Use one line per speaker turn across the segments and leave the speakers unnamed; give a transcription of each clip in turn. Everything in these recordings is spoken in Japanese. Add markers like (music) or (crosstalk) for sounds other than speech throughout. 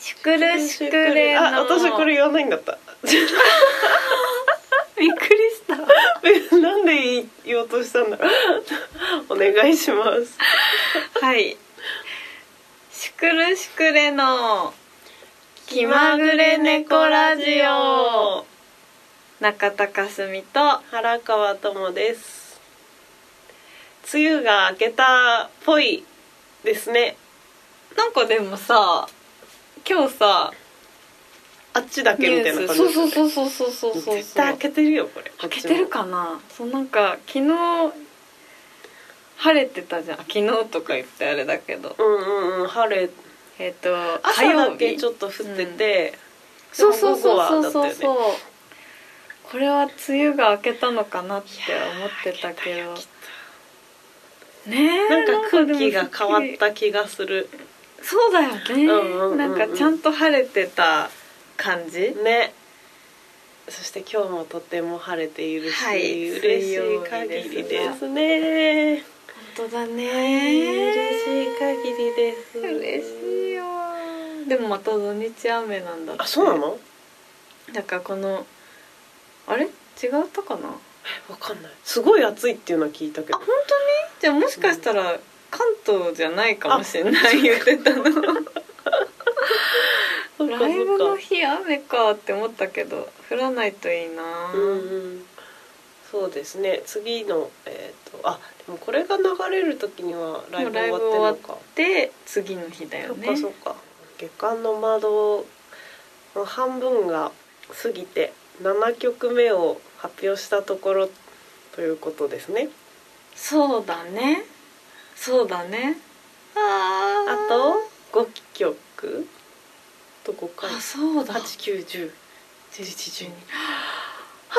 シュクルシュクレの
あ私これ言わないんだった (laughs)
びっくりした
なんで言おうとしたんだろう (laughs) お願いします
はいシュクルシュクレの気まぐれ猫ラジオ中田かすみと
原川智です梅雨が明けたっぽいですね
なんかでもさ今日さ
あっちだけみたいな感じ
そうそう
う
そうそうそうそうそう
絶対開けてるよこれ
開けてるかなそうなんか昨日晴れてたじゃん昨日とか言ってあれだけど
こっちもうんうんうん晴れ
えっ、と
朝だけちょ
っと
っと降ってて、
そうそうそうそう
午後は
そ
だ
う
った
そう
よね
これは梅雨が明けたのかなって思ってたけどねえ
なんか空気が変わ
で
っ
も
た気がする
そうだよね、
うんうんうんうん
なんかちゃんと晴れてた感じ
ねそして今日もとても晴れているし、
はい
嬉しい限りですね
本当だね
嬉しい限りです
嬉しいよでもまた土日雨なんだって
あそうなの
だからこのあれ違ったかな
わかんないすごい暑いっていうのは聞いたけど
じゃあもしかしたら関東じゃないかもしれない言ってたの
そっかそっか
ライブの日雨かって思ったけど降らないといいな
うんうんそうですね次のえっ、とあでもこれが流れる時にはライブ終わってるのか
で次の日だ
そ
よ
っ
ね
かそっか月間の窓の半分が過ぎて7曲目を発表したところということですね
そうだねそうだねあ
あ
ー
と5曲と5回
あそうだ
8910 11 12
はあ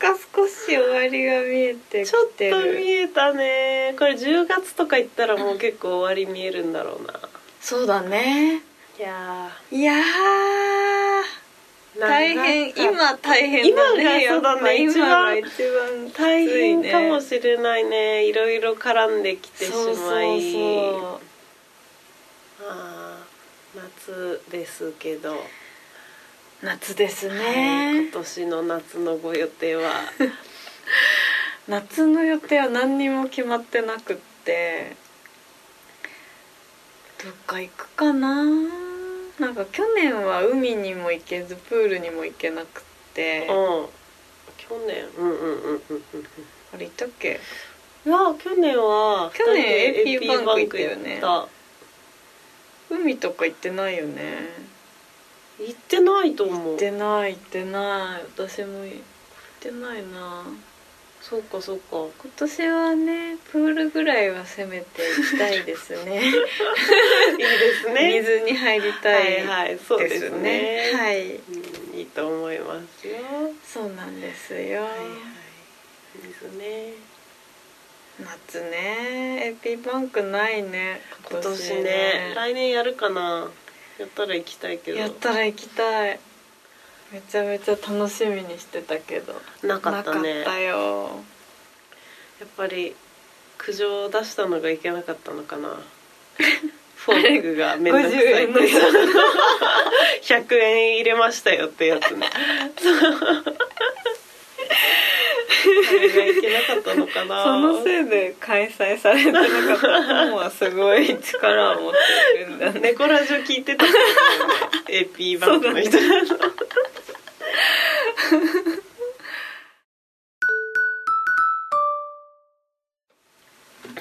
なんだか少し終わりが見えてき
ちょってと
る
見えたねこれ10月とか行ったらもう結構終わり見えるんだろうな
そうだね
いや
いやー
ー
大変今大変だね
今がそう
や
だね
っぱ
一番
今が一番
大
きつい
変
ね
かもしれないねいろいろ絡んできてし
そう
ま
そう
い
そう
あー夏ですけど、
夏です
はい今
ね、
年の夏のご予定は
夏の予定は何にも決まってなくってどっか行くかななんか去年は海にも行けずプールにも行けなくって
うん去年うんうんうんうんうん
あれ行ったっけ
いや去年は
去年
二人で
AP バンク行ったよね
行っ
海とか行ってないよね
た行ってないと思
行
う
ってない行ってない私も行ってないな
そうかそうか
今年はねプールぐらいはせめて行きたいですね
いいです (laughs) ね
水に入りたい
はいはいそう
で
ですす
ね
ね
はい
うんいいと思いますよ
そうなんですよ、
はいはいですね
夏ね AP バンクないね
今年ね来年やるかなやったら行きたいけど
やったら行きたいめちゃめちゃ楽しみにしてたけど
なかったね
なかったよ
やっぱり苦情を出したのがいけなかったのか
(laughs)
なフォークがめんどくさいって
50円の
(laughs) 100円入れましたよってや
(laughs)
つねそれがいけなかったのかな
そのせいで開催されてなかったもはすごい力を持っているん
(laughs)
だね
猫ラジオ聞いてたんですよね AP バンクの人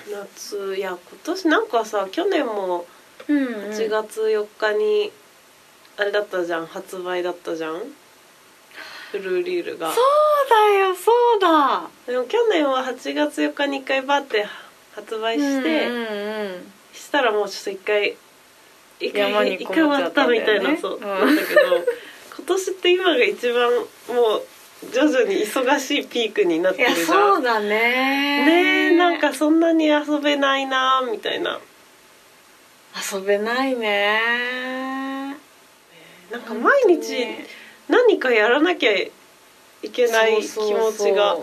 夏いや今年なんかさ去年も
うん
8月4日にあれだったじゃん発売だったじゃんフルーリールが
そうだよそうだ
でも去年は8月4日に1回バーって発売して、
うんうんうん
したらもうちょっと一回一回
山に
一
こもっ
回
ち
終
ゃ
わ
っ
ったた
んだ
み
よ
た
ね
いな、そう
うん
なんだけど今年って今が一番もう徐々に忙しいピークになっ
い
てる
や
じゃん
そうだね
ねえなんかそんなに遊べないなみたいな
遊べないね
なんか毎日何かやらなきゃいけない気持ちが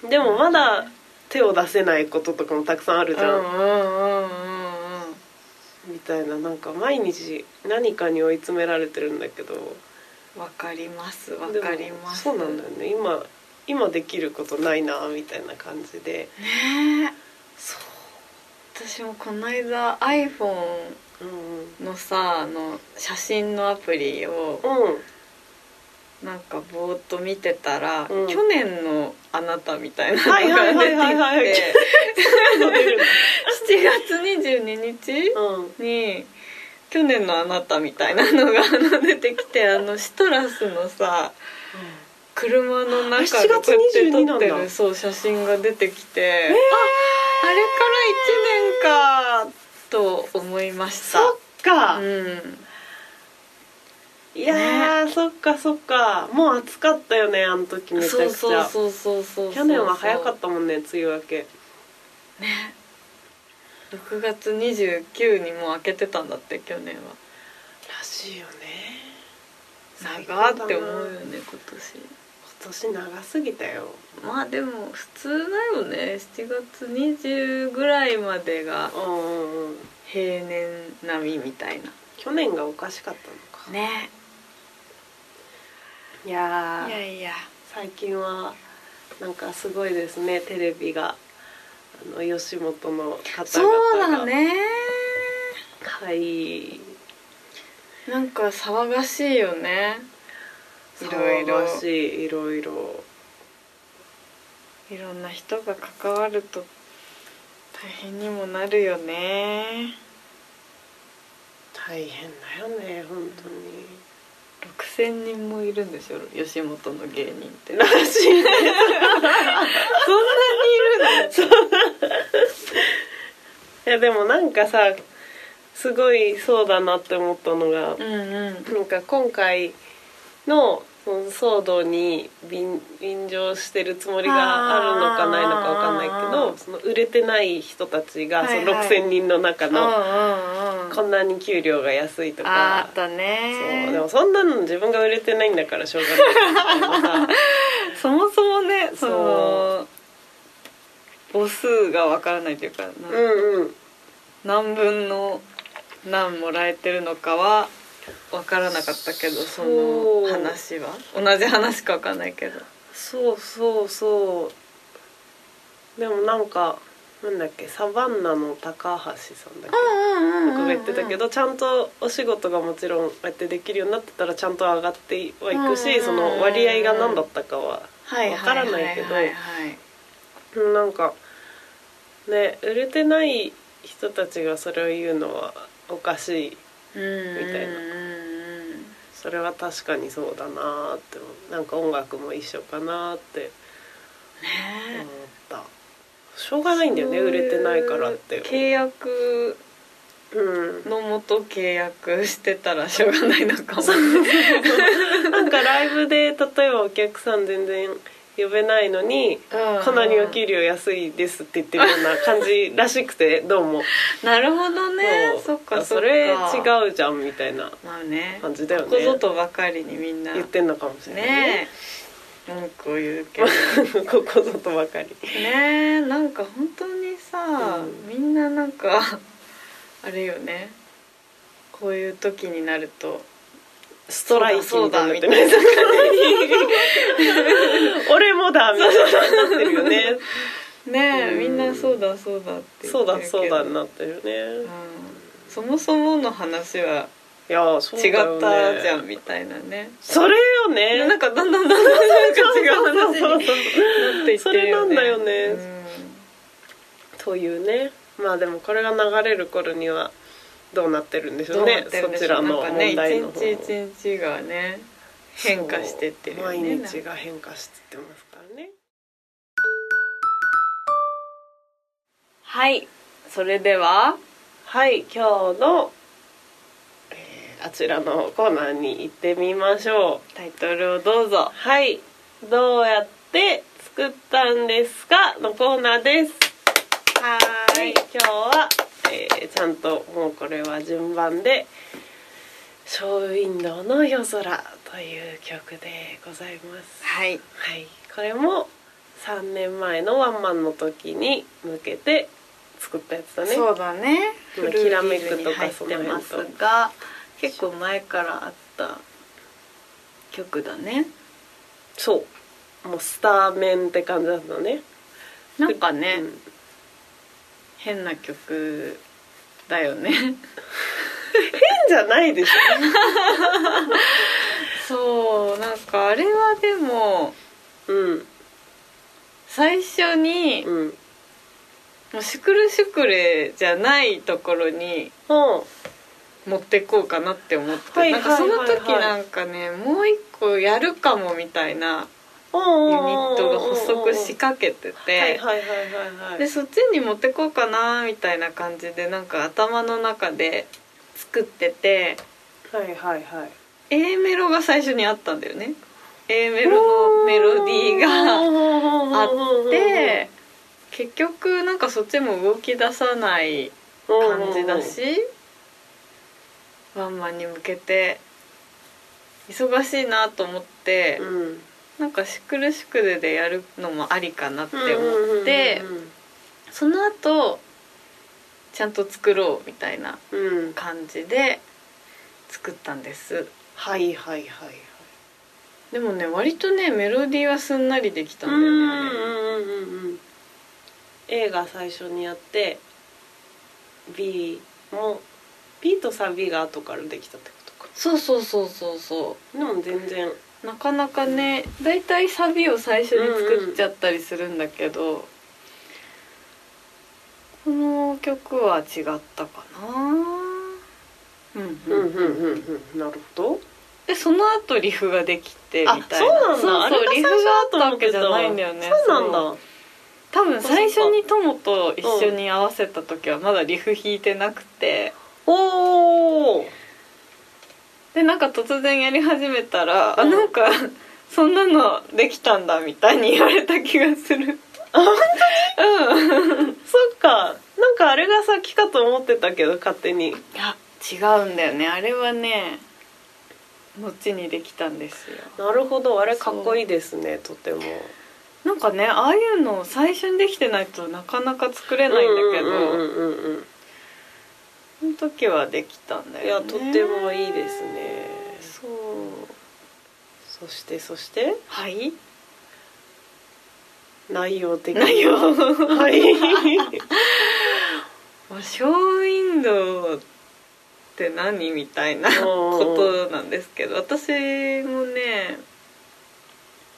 そう
でもまだ手を出せないこととかもたくさんあるじゃん、
そうそううんうんうんうんうん
たいななんか毎日何かに追い詰められてるんだけど
わかりますわ
でも
かります
そうなんだよね今今できることないなみたいな感じで
ねえ
そ
私もこの間 iPhone
うう
のさあの写真のアプリを
んうん
なんかぼーっと見てたら、
うん
去年のあなたみたいなの
はいはいはいはい
が
は
(laughs)
い
出てきて
そう出る
7月22日
うん
に去年のあなたみたいなのがあの出てき
(laughs)
てあのシトラスのさ車の中でこ
7月
うやって
22
撮って
なんだ
るそう写真が出てきて、ああれから1年かと思いました。
そっか、
うん
いやー、そっかそっかもう暑かったよねあの時めちゃくち
そ
ゃ
うそうそうそうそう
去年は早かったもんね梅雨明け
ね6月29にもう開けてたんだって去年は
らしいよね
長って思うよ
今
ね今
年長すぎたよ
年まあでも普通だよね7月20ぐらいまでが
うんうんうん
平年並みみたいな
去年がおかしかったのか、
ね
いやー
いやいや
最近はなんかすごいですねテレビがあの吉本の方
そう
々
だ
が
ね
はい
なんか騒がしいよねいろいろ
騒がしいいろいろ
いろんな人が関わると大変にもなるよね
大変だよね本当
(laughs)
に。
6000人もいるんでしょ吉本の芸人って
らしいね
そんなにいる
(laughs) いやでもなんかさすごいそうだなって思ったの
の
が、
うんうん
なんか今回のその騒動に便便乗してるつもりがあるのかないのかわかんないけ
あ
ど
ー
その売れてない人たちが、
はいはい
その6,000人の中
うん
の、
うんうん
こんなに給料が安いと
あ
か
ーあったね
そうでもそんなの自分が売れてないんだからしょうがないけどさ
(laughs) そもそもねそ
そ
の母数がわからないというか、な
うんうん
何分の何もらえてるのかはわからなかったけどそ
そう
の話は同じ話かわかんないけど
そうそうそうでもなんかなんだっけサバンナの高橋さんだっけ
うん
とかが言ってたけどちゃんとお仕事がもちろんこうやってできるようになってたらちゃんと上がってはいく
うんうんう
し
ん
その割合が何だったかはわからないけど
はいはい
なんかね売れてない人たちがそれを言うのはおかしい
みた
いなそれは確かにそうだなーって思うなんか音楽も一緒かなーって思っ
ね
たしょうがないんだよね売れてないからって
契約
うん
のもと契約してたらしょうがないのかも
なんかライブで例えばお客さん全然呼べないのに「かなりお給料安いです」って言ってるような感じらしくてどうも
なるほどね
そう
そっか
あ
そ
それ違
う
うじゃんみたいな
まあね
感じだよ
ここぞ
ね
とばかりにみんな
言ってんのかもしれない
ねえ文句を言うけど
(laughs) ここぞとばかり
ね
(laughs)
えなんか本当にさ、
うん
みんななんか (laughs) あれよねこういう時になると
ストライキ
そう
みた
だ
いにな
み
ったて
いな
るね俺もだみたいになってるよね
ねえ、
うん
みんなそうだ (laughs) そうだって言ってるけど
そうだそうだになってるよ
う
ね
んそもそもの話はい
やそうだ
違っ
よね
たじゃんみたいなね
それよね
なんかだんだんだんだんなんか違う話に
(laughs) そ
な
うそうそう
っていってるよね
それなんだよね
うん
というねまあでもこれが流れる頃にはどうなってるんでしょ
ど
う
うな
ね
ってるんで
そ
し
ち
ょ
ら
うなん
の
かね
問
一
題の方
日一日がね変化してってるよね
そう毎日が変化してってますからね
はいそれでは
はい今日の、えーあちらのコーナーに行ってみましょう
タイトルをどうぞ
はいどうやって作ったんですかのコーナーです
は
はい今日は、えーちゃんともうこれは順番で「ショーウィンドウの夜空」という曲でございます
はい
はい、これも3年前のワンマンの時に向けて作ったやつだね
そうだね
う
フル
ん
ーリ
きらめ
ーグ
く
に
と
入
か
っ
その
て
辺と
ますが結構前からあった曲だね
そうもうスター面って感じだったね
なんかね、
うん
変な曲だよ
(laughs)
ね
変じゃないでし
そうなんかあれはでも
ょうん
最初に、
うん
もうシュクルシュクレじゃないところに
うん
持ってこうかなって思って、
はいはいはいはい
なんかその時なんかねもう一個やるかもみたいなユニットが発足しかけてて、
はいはいはいはいはい
でそっちに持ってこうかなみたいな感じでなんか頭の中で作ってて
はいはいはい
A メロが最初にあったんだよね A メロのメロディーが
が
あって結局なんかそっちも動き出さない感じだしワンマンに向けて忙しいなと思って、
うん
なんかシュクルシュクルでやるのもありかなって思って、その後ちゃんと作ろうみたいな
うんうん
感じで作ったんです
はいはいはいはい
でもね割とねメロディーはすんなりできたんだよねあれ
A が最初にやって B も B とサビが後からできたってことか
そうそうそうそうそ
でも全然
うなかなかねだいたいサビを最初に作っちゃったりするんだけど、この曲は違ったかなうんうん、
うんなるほど
でその後リフができてみたい
あ
な
そうなんだあ
そうそうリ
れ
フ
が
が
最初
あ
だ
っ
と
た
思
わ
って
けじ
た
ゃないんだよね
そう
そう
なんだ
多分最初に友と一緒に合わせた時はまだリフ弾いてなくて
おお
でなんか突然やり始めたら、
う
あ
ん
なんかそんなのできたんだみたいに言われた気がする
あ本
当にうん
そっかなんかあれが先かと思ってたけど勝手に
いや違うんだよねあれはね後にできたんですよ
なるほどあれかっこいいですねとても
なんかねああいうのを最初にできてないとなかなか作れないんだけど、
うんうんうんうん
その時はできたんだ
いや
よね
とてもいいですね
そう
そしてそして
はい
内容的に
内容
はい
まあショーウィンドウって何みたいな
おー
ことなんですけど私もね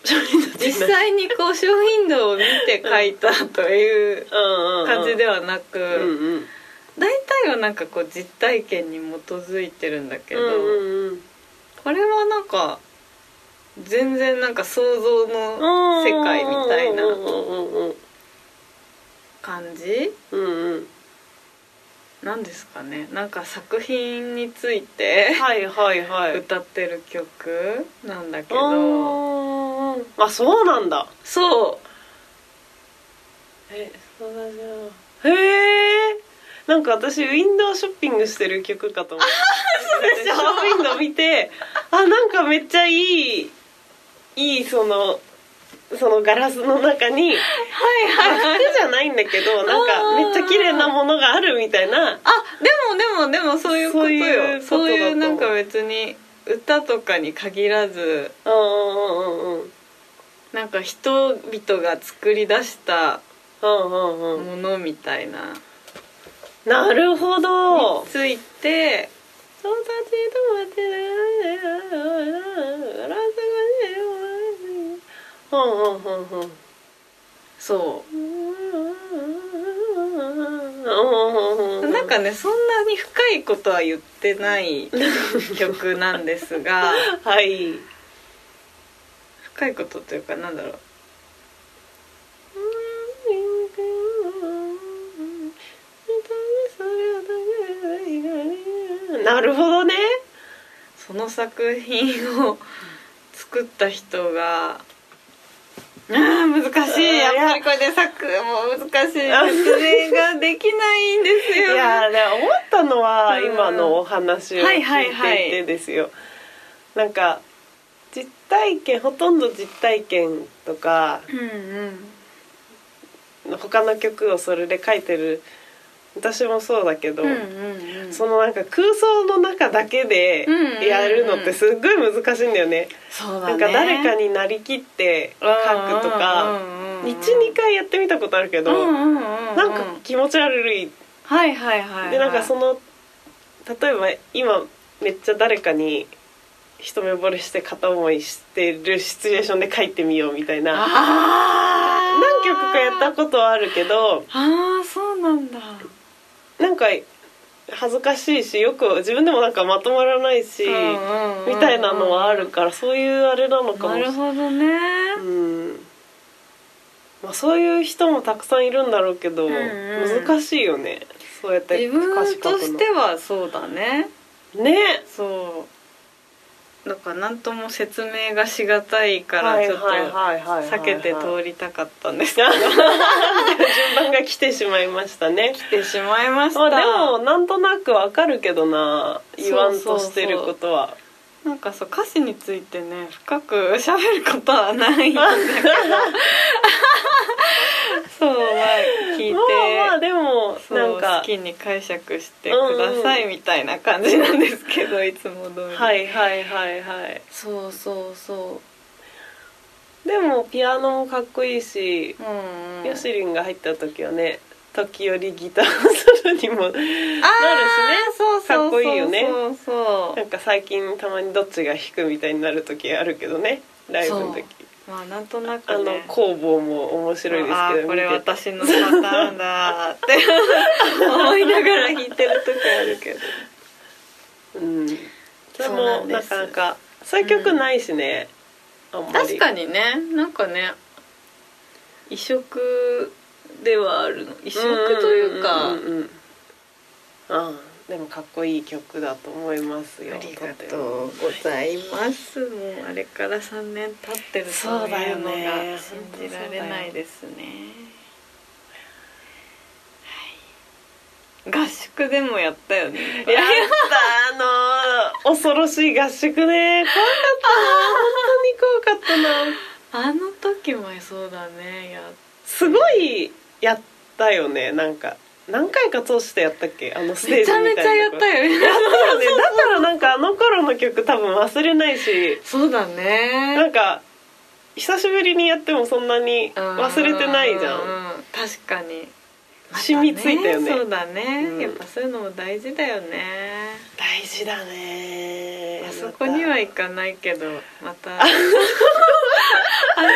実
(laughs) 実
際にこう (laughs) ショーウィンドウを見て書いたという
感
感じではな
う
く
んうん
大体はなんかこう実体験に基づいてるんだけど
うんうん
これはなんか全然なんか想像の
うん
世界みたいな
うんうんうん
感じ
うんうん
なんですかねなんか作品について
はいはいはい
歌ってる曲なんだけど。
あーあそうなんだ
そう
えそうだじゃんへえなんか私ウィンドウショッピングしてる曲かと思って
そうでしょ
ショーウィンドウ見てあなんかめっちゃいいいいそのそのガラスの中に
はいはいはい
服じゃないんだけどなんかめっちゃ綺麗なものがあるみたい
あ
な
でもでもでもそういうことよ
そ
そうう
い
いう
ことだと思う
うなんか別に歌とかに限らず
うんうんうんうん
なんか人々が作り出した
うんうんうん
ものみたいな
なるほど
ついて
友達と待ってガラスがねうんうんうんうん
そううなんかねそんなに深いことは言ってない曲なんです (laughs) が
はい
深いことというかなんだろう
なるほどね
その作品を作った人が。あー難しいやっぱりこれで作もう難しい説明ができないんです
い
よ
やね思ったのは
うん
今のお話を聞い
はいはいは
ていて
い
ですよなんか実体験ほとんど実体験とか
うんうん
他の曲をそれで書いてる私もそうだけど、
うんうんうん
そのなんか空想の中だけで
うんうんうん
やるのってすっごい難しいんだよね。
そうだ
な
ね
んか誰かになりきって書くとか、12回やってみたことあるけど、
な
なんか気持ち悪い。
はいはいはいはい
でなんかその例えば今めっちゃ誰かに一目惚れして片思いしてるシチュエーションで書いてみようみたいな
あー
何曲かやったことはあるけど
あーそうなんだ
なんか恥ずかしいしよく自分でもなんかまとまらないし、みたいなのはあるからそういうあれなのかも
な
しれ
る
な
ほ
い。
どね
うんまあ、そういう人もたくさんいるんだろうけど、
うんうん
難しいよねそうやって
自
歌詞
分
書く
と
の
してはそうだね
ね
そうだから何とも説明がしがたいからちょっと避
避
けて通
(laughs) り
りたかったんですけど
順番が来てしまいましたね
来てしまいました
まあでもなんとなくわかるけどな言わんとしてることは
なんかそう歌詞についてね深く喋ることは
(laughs)
ないんだけどそうまあ聞いて、
(laughs) まあまあでも
そう
なんか
好きに解釈してくださいみたいな感じなんですけど、いつも通り、
はいはいはいはい
そうそうそ
でもピアノもかっこいいし
ううんうん
ヨシリンが入った時はね時折ギターソロにも
あー
なるしね
そうそうそう
かっこいいよね
そうそ
なんか最近たまにどっちが弾くみたいになる時あるけどねライブの時
うまあなんとなく
あの
ね
工房も面白いです
あ
け
ー
ど
これ
見てて
私のパターンだーって思いながら弾いてる時あるけど
うんで
そうな
も
ん
な
です
かなかそういう曲ないしね、あんま
確
り
かにねなんかね異色ではあるの異色というか、
んうんうんうんああでもかっこいい曲だと思いますよ
ありがとうございますもうあれから3年経ってると
そうだ
い
よ
うの
ね
が信じられないですねはい合宿でもやったよね
とやったあの恐ろしい合宿ね怖かったな本当に怖かったな
あの時もそうだねやっ
すごいやったよねなんか何回か通してやったっけあのステー
め
ジ
ち
み
ゃ
たいな
めちゃやった
やっ
よ
た
ね
よねだからなんかあの頃の曲多分忘れないし
(laughs) そうだ
な (laughs)
ね
んか久しぶりにやってもそんなに忘れてないじゃ
うんうう確かに
染みついたよね
まそうだね、
うん
やっぱそういうのも大事だよね
大事だね
あそこには行かないけどま
(laughs)
たあそこだ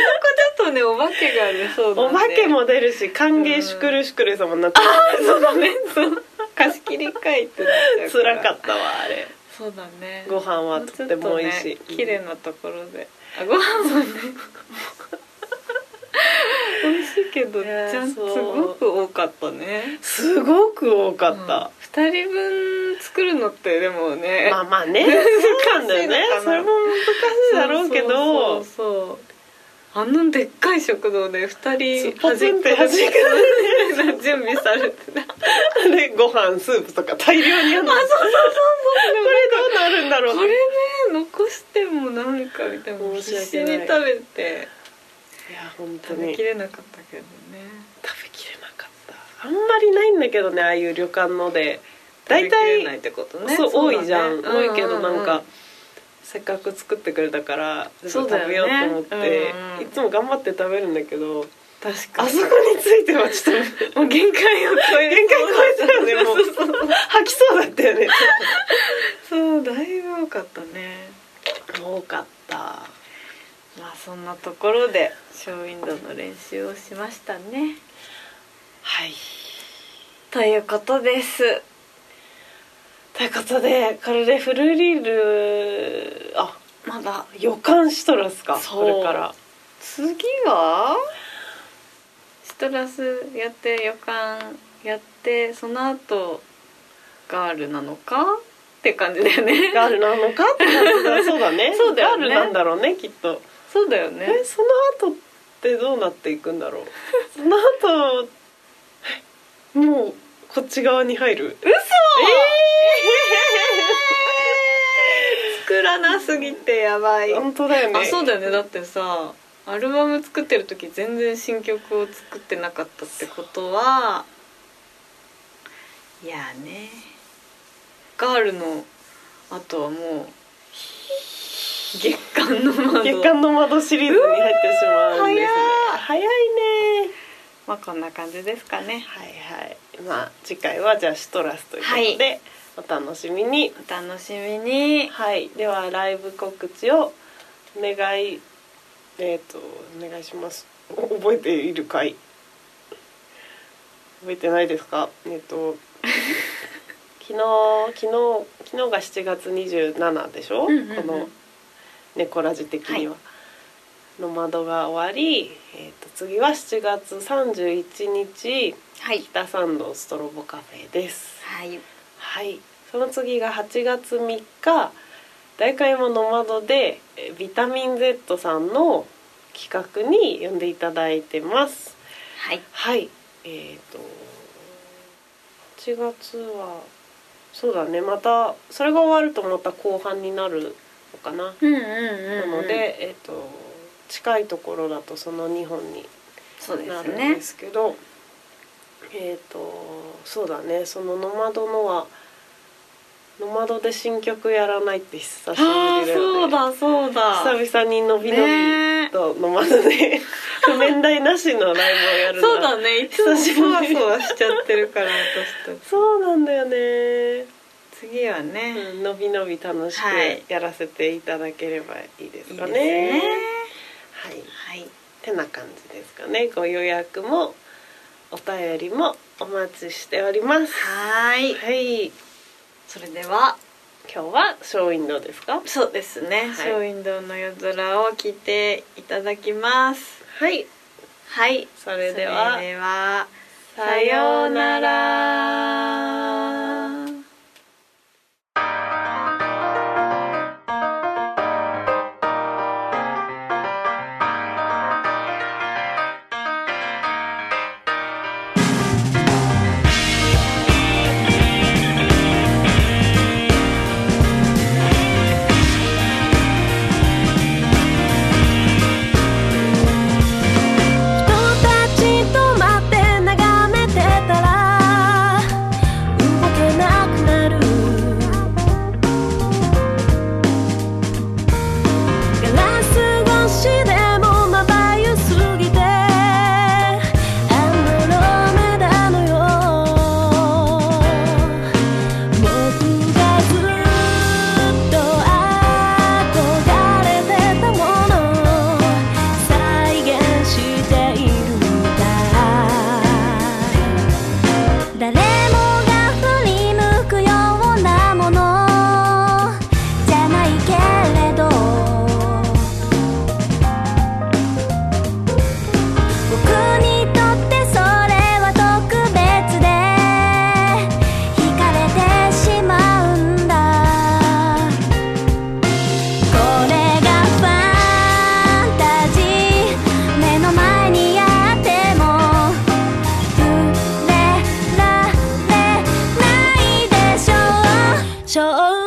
とねお化けが出そう
お
なんで
化けも出るし歓迎シュクルシュクル様になってる
そうだねそう (laughs) 貸し切り会ってなっちゃう
(laughs) 辛
ら
かったわあれ
そうだね
ご飯はとっても美味し
も
い
ちょっとね
う
綺麗なところであご飯も
(laughs)
ね美味しいけど
いや
ちゃんす
そう
ごく多かったね
すごく多かった、
うん、2人分作るのってでもね、
まあまあ (laughs) ねそうなんだよね
難しいのかな
それも難しいだろうけど
そうそうそうあのでっかい食堂で2人
ポツンって
端っこ
端
で (laughs) 準備されてた
で (laughs) ご飯スープとか大量にあんのこれどうなるんだろう
これね残しても何かみたいな
申し
必死
訳ない
に食べて
いや本当
食
に
べ
食
き
べ
れなかったけどね
きれなかったあんまりないんだけどねああいう旅館ので大
食べきれない
体
ってことね
そう
だね
多いじゃん、
う
多いけどなんか、
うう
せっかく作ってくれたから
そう
食
だよ
べ
ね
ようと思って、
うんうん
いつも頑張って食べるんだけど
確か
あ
に
そこについてはちょっと
もう限界を超える
限界超えたよねもう
そうそうそう
吐きそうだったよね
そうだいぶ多かったね
多かった
まあそんなところでショーウィンドウの練習をしましたね
はい
ということです
ということでこれでフルリールあ
まだ
予感しとるんすか
そう
これから
次はシトラスやって予感やってその後ガールなのかって感じだよね
ガールなのかってなって
(laughs)
たそうだね
そうだよね
ガールなんだろうねきっと
そうだよね
えその後ってどうなっていくんだろうその後えもうこっち側に入る
嘘、
え
(laughs) 作らなすぎてやばい
ー、本当だよね
あそうだよねだってさアルバム作ってる時全然新曲を作ってなかったってことはいやーねガールのあとはもう月間の窓
月間の窓シリーズに入ってしまうんですね
うわー
早いね
まあこんな感じですかね
はいはいまあ次回はじゃあシトラスということで、お楽しみに
お楽しみに
はいではライブ告知をお願いえっ、とお願いします (laughs) お覚えているかい覚えてないですかえ
(laughs)
っ、と昨日昨日昨日が7月27でしょ、
うんうんうん
この猫ラジ的には、の窓が終わり、えー、と次は7月31日
はい
北参道ストロボカフェです
はい
はいその次が8月3日大会もノマドでえービタミン Z さんの企画に呼んでいただいてます
はい
はいえっ、と8月はそうだねまたそれが終わるとまた後半になるのか
う
な
んうんうん、
なので、えー、と近いところだとその2本に
そうで
な
す
るん
ね
ですけどえっ、とそうだねその「ノマド」のは「ノマド」で新曲やらないって久しぶり
ああ
だよ
そう
ね
だそうだ
久々に伸び伸
ね
びと「ノマド」で (laughs) 譜面台なしのライブをや
え
る
そうだねいつも
久し
そ
ぶ
わ
り
そわしちゃってるから私たち
そうなんだよね、
次はね、
うん、伸び伸び楽し
はい
くやらせていただければいいです
いい
か
です
ね,、
ね
はい
はい
てな感じですかねご予約もお便りもお待ちしております
はーい
はい
それでは
今日はショーウィンドウですか
そうですね、
い
ショーウィンドウの夜空を聞いていただきます
はい
はい
それでは
それでは
さ
さ
よ
よ
う
うな
なら
ら。
人たち止まって眺めてたら動けなくなるガラス越しでもまばゆすぎてアンドロメダのよう「僕がずっと憧れてたもの」「再現しているみたい」「誰もが振り向くようなものじゃないけれど」「僕にとってそれは特別で」「惹かれてしまうんだ」「これがファンタジー」「目の前にあっても触れられないでしょう」